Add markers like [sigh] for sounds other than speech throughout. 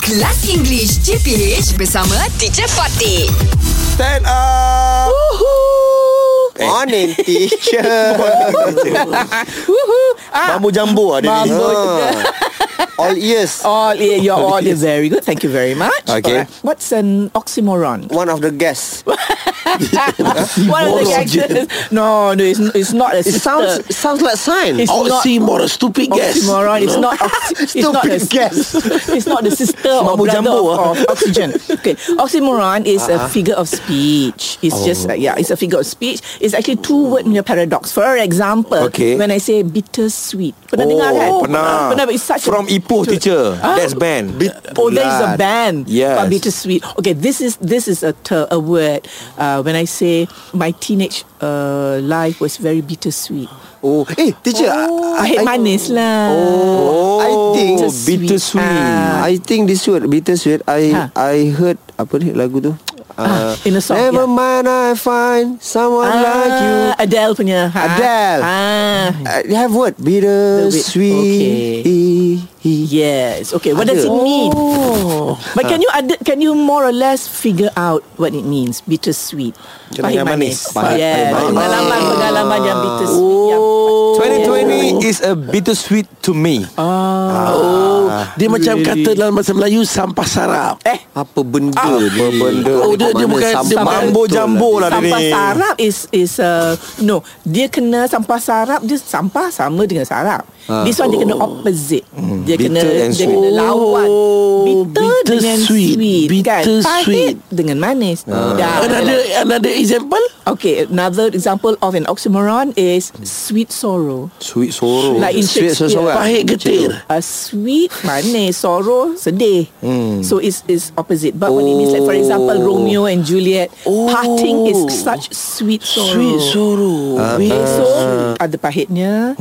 Kelas English JPH bersama Teacher Fatih. Stand up. [laughs] Eh. [laughs] Morning teacher Woohoo. Ah, Bambu jambu ada ni. Bambu. All ears all yeah, your all is very good. Thank you very much. Okay. Alright. What's an [laughs] oxymoron? One of the guests One of the characters. No, no, it's, it's not a It sister. sounds sounds like science It's not Oxymoron, stupid guess. oxymoron. It's not. Oxy, it's not a Stupid guess. [laughs] It's not the sister or Mambo brother jumbo, ah. of, of oxygen. Okay, oxymoron is a figure of speech. It's just uh, yeah, it's a figure of speech. It's actually two word punya paradox. For example, Okay. when I say bittersweet, Oh, pernah dengar kan? pernah. Pernah. but It's such a- From Ipoh teacher. Ah. That's band. Oh, there is a band. Yes. But bittersweet. Okay, this is this is a ter- a word. Uh, when I say my teenage uh, life was very bittersweet. Oh, Oh, Eh teacher I hate manis lah. Oh, I think- bittersweet. Ah. I think this word bittersweet I Ha. I heard apa ni lagu tu Ah, in a song, Never yeah. mind I find someone like you Ah, Adele punya. Ha? Adele. Ah. I Uh, have word bittersweet okay. Yes. Okay. What does Ada. it mean? Oh. Oh. But can you ad- can you more or less figure out what it means? Bittersweet. Kenangan manis. Pahit- Yes. pahit manis. Pengalaman pengalaman yang bittersweet. yang- 2020 is a bittersweet to me. Ah. Dia macam kata dalam bahasa Melayu sampah sarap. Eh. Apa benda ni Apa benda Oh, dia- dia bukan- dia Mambo jambo lah dia ni. Sampah sarap is is uh, no dia kena sampah sarap dia sampah sama dengan sarap. This one dia kena opposite. Dia kena Bitter and dia sweet. kena lawan. Bitter, bitter dengan sweet. sweet, kan. Bitter Pahit sweet. dengan manis. Dah. Eh, Another another example? Okay, another example of an oxymoron is sweet sorrow. Sweet sorrow. Like in Oh, Sweet Shakespeare. sorrow, ah. Pahit getir. A sweet manis sorrow sedih. So it's is opposite. But when it means like for example Romeo and Juliet, parting is such sweet sorrow. Sweet sorrow. Okay, so ada pahitnya,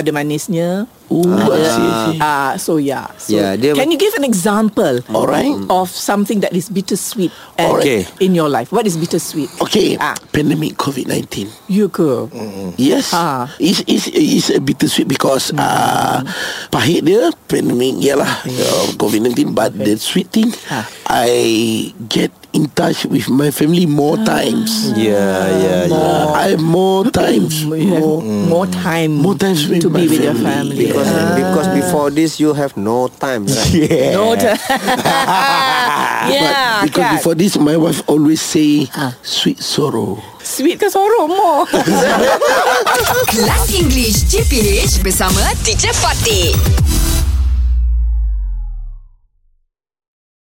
ada manisnya. Ooh, Mm-hmm. Ah, I ada- see, I see. Ah, so yeah. So Yeah, dia- can you give an example Alright. of something that is bittersweet and Okay. in your life? What is bittersweet? Okay, Ah. pandemic COVID-19. You go. Yes. Ah. Hmm. It's, it's, it's a bittersweet because uh, pahit dia pandemic ialah uh, COVID-19 but the sweet thing Ah. I get in touch with my family more Ah. times. Yeah, yeah, yeah. Uh, I have more [laughs] times. You have more, Oh, more time. More times with Hmm. to be my with your family. family. Because, Yeah. because before this you have no time right? Yeah. No time. [laughs] yeah. but because kan? before this my wife always say Ah. sweet sorrow. sweet ke sorrow more. Kelas English JPH bersama Teacher Fatih.